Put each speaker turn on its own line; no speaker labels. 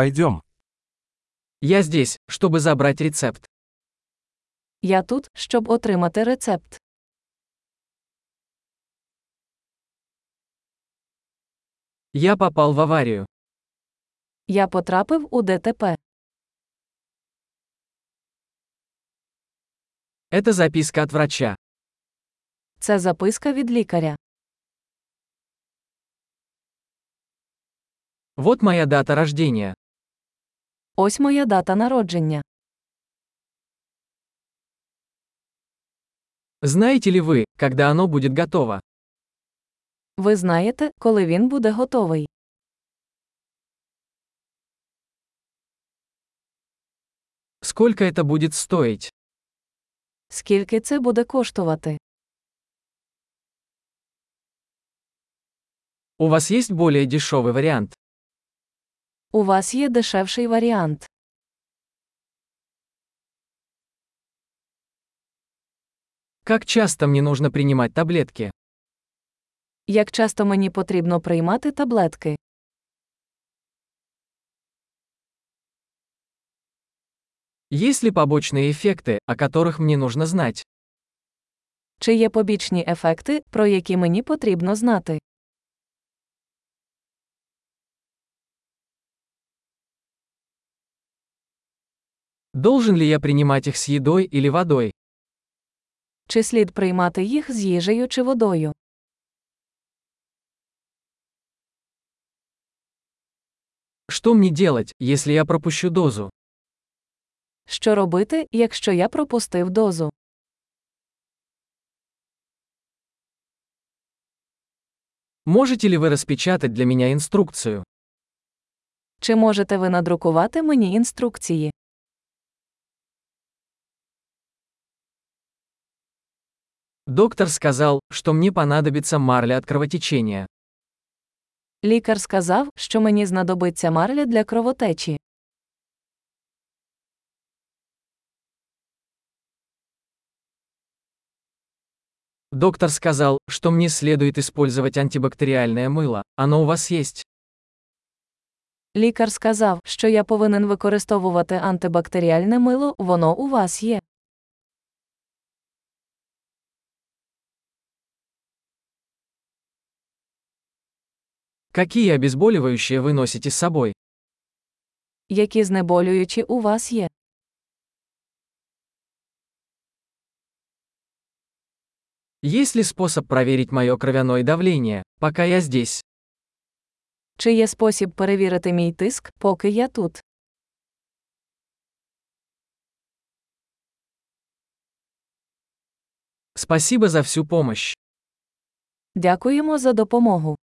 Пойдем.
Я здесь, чтобы забрать рецепт.
Я тут, щоб отримати рецепт.
Я попал в аварию.
Я потрапив у ДТП.
Это записка от врача.
Це записка від лікаря.
Вот моя дата рождения.
Ось моя дата народження.
Знаете ли вы, когда оно будет готово?
Ви знаєте, коли він буде готовий.
Сколько это будет стоить?
Скільки це буде коштувати?
У вас есть более дешевый вариант?
У вас є дешевший варіант.
Как часто мне нужно принимать таблетки?
Як часто мені потрібно приймати таблетки?
Есть ли побочные эффекты, о которых мне нужно знать?
Чи є побічні ефекти, про які мені потрібно знати?
Должен ли я принимать их с едой или водой?
Чи слід приймати їх з їжею чи водою?
Что мне делать, если я пропущу дозу?
Що робити, якщо я пропустив дозу?
Можете ли вы распечатать для меня инструкцию?
Чи можете ви надрукувати мені інструкції?
Доктор сказал, что мне понадобится марля от кровотечения.
Лікар сказав, що мені знадобиться марля для кровотечі.
Доктор сказал, что мне следует использовать антибактериальное мыло. Оно у вас есть?
Лікар сказав, що я повинен використовувати антибактеріальне мило, воно у вас є.
Какие обезболивающие вы носите с собой?
Які знеболюючі у вас є?
Есть ли способ проверить мое кровяное давление, пока я здесь?
Чи є спосіб перевірити мій тиск, поки я тут?
Спасибо за всю помощь.
Дякуємо за допомогу.